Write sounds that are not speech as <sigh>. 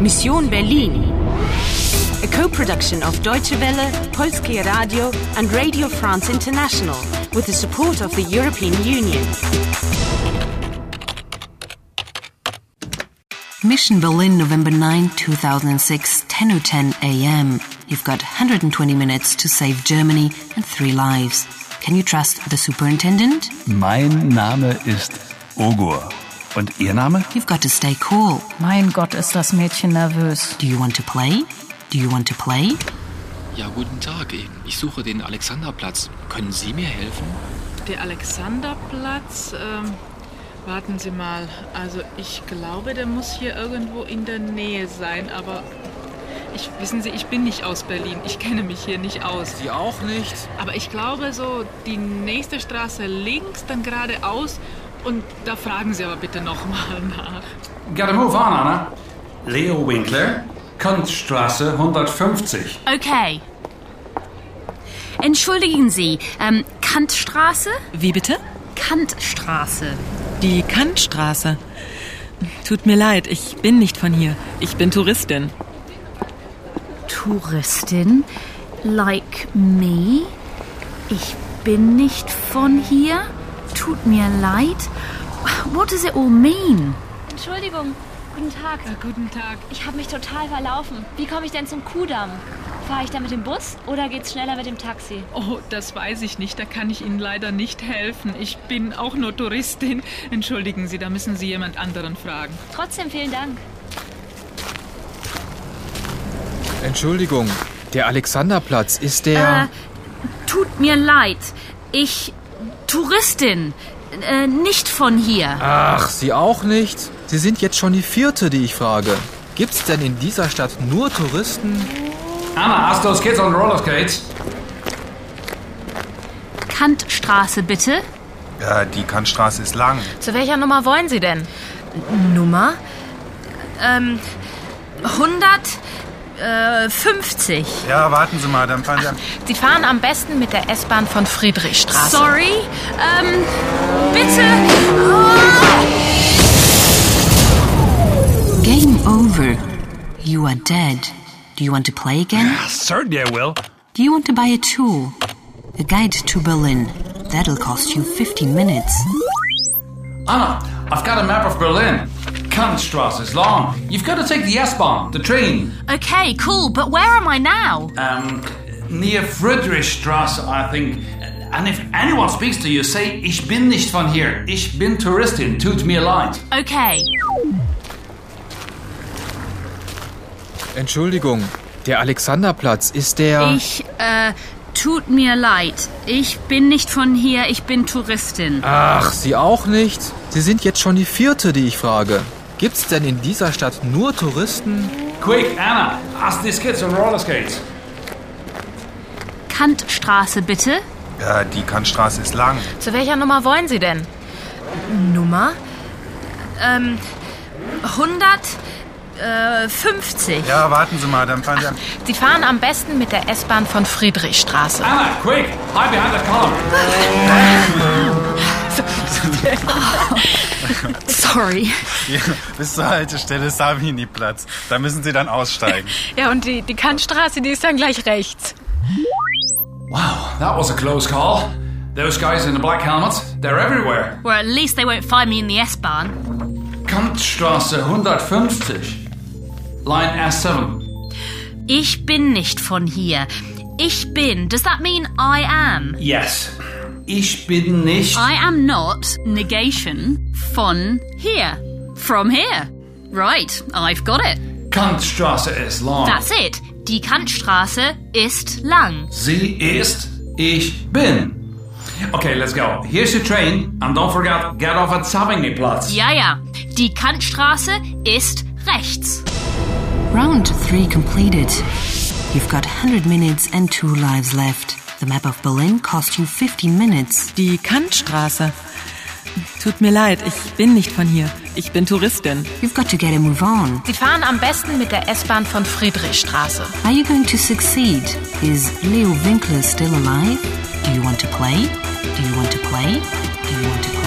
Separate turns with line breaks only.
Mission Berlin. A co-production of Deutsche Welle, Polskie Radio and Radio France International with the support of the European Union.
Mission Berlin, November 9, 2006, 10.10 a.m. You've got 120 minutes to save Germany and three lives. Can you trust the superintendent?
Mein Name ist Ogur. Und Ihr Name?
You've got to stay cool.
Mein Gott, ist das Mädchen nervös.
Do you want to play? Do you want to play?
Ja, guten Tag. Ich suche den Alexanderplatz. Können Sie mir helfen?
Der Alexanderplatz. Ähm, warten Sie mal. Also ich glaube, der muss hier irgendwo in der Nähe sein, aber ich wissen Sie, ich bin nicht aus Berlin. Ich kenne mich hier nicht aus.
Sie auch nicht.
Aber ich glaube so die nächste Straße links, dann geradeaus und da fragen Sie aber bitte nochmal nach.
Gotta er move on, Anna. Leo Winkler, Kunststraße 150.
Okay. Entschuldigen Sie, ähm, Kantstraße?
Wie bitte?
Kantstraße.
Die Kantstraße. Tut mir leid, ich bin nicht von hier. Ich bin Touristin.
Touristin? Like me? Ich bin nicht von hier? Tut mir leid? What does it all mean?
Entschuldigung, guten Tag.
Äh, guten Tag.
Ich habe mich total verlaufen. Wie komme ich denn zum Kudamm? Fahre ich da mit dem Bus oder geht's schneller mit dem Taxi?
Oh, das weiß ich nicht. Da kann ich Ihnen leider nicht helfen. Ich bin auch nur Touristin. Entschuldigen Sie, da müssen Sie jemand anderen fragen.
Trotzdem vielen Dank.
Entschuldigung, der Alexanderplatz ist der.
Tut mir leid. Ich. Touristin. Äh, nicht von hier.
Ach, Sie auch nicht. Sie sind jetzt schon die vierte, die ich frage. Gibt's denn in dieser Stadt nur Touristen?
Anna, ask those kids on roller skates.
Kantstraße bitte.
Ja, die Kantstraße ist lang.
Zu welcher Nummer wollen Sie denn?
Nummer? Ähm, 150.
Ja, warten Sie mal, dann fahren Sie. am-
äh, Sie fahren am besten mit der S-Bahn von Friedrichstraße.
Sorry. Ähm, bitte. Ah!
Game over. You are dead. Do you want to play again?
Certainly I will.
Do you want to buy a tool? A guide to Berlin. That'll cost you 15 minutes.
Anna, I've got a map of Berlin. Kunststraße is long. You've got to take the S-Bahn, the train.
Okay, cool, but where am I now?
Um, near Friedrichstraße, I think. And if anyone speaks to you, say, ich bin nicht von here. Ich bin Touristin. Tut mir leid.
Okay.
Entschuldigung, der Alexanderplatz ist der.
Ich, äh, tut mir leid. Ich bin nicht von hier, ich bin Touristin.
Ach, Sie auch nicht. Sie sind jetzt schon die vierte, die ich frage. Gibt's denn in dieser Stadt nur Touristen?
Quick, Anna, ask these kids on roller skates.
Kantstraße bitte.
Ja, die Kantstraße ist lang.
Zu welcher Nummer wollen Sie denn?
Nummer? Ähm,
äh,
150.
Ja, warten Sie mal, dann fahren Sie. am-
Sie fahren am besten mit der S-Bahn von Friedrichstraße.
Anna, quick, hide behind that column.
Sorry.
Ja, <laughs> bis zur Haltestelle ist Savini-Platz. Da müssen Sie dann aussteigen.
Ja, und die, die Kantstraße, die ist dann gleich rechts.
Wow, that was a close call. Those guys in the black helmets, they're everywhere.
Or at least they won't find me in the S-Bahn.
Kantstraße 150. Line S7.
Ich bin nicht von hier. Ich bin. Does that mean I am?
Yes. Ich bin nicht.
I am not negation von here. From here. Right, I've got it.
Kantstraße ist long.
That's it. Die Kantstraße ist lang.
Sie ist, ich bin. Okay, let's go. Here's your train, and don't forget, get off at Savignyplatz.
Ja, ja. Die Kantstraße ist rechts.
Round three completed. You've got 100 minutes and two lives left. The map of Berlin cost you 15 minutes.
Die Kantstraße. Tut mir leid, ich bin nicht von hier. Ich bin Touristin.
You've got to get a move on.
Sie fahren am besten mit der S-Bahn von Friedrichstraße.
Are you going to succeed? Is Leo Winkler still alive? Do you want to play? Do you want to play? Do you want to play?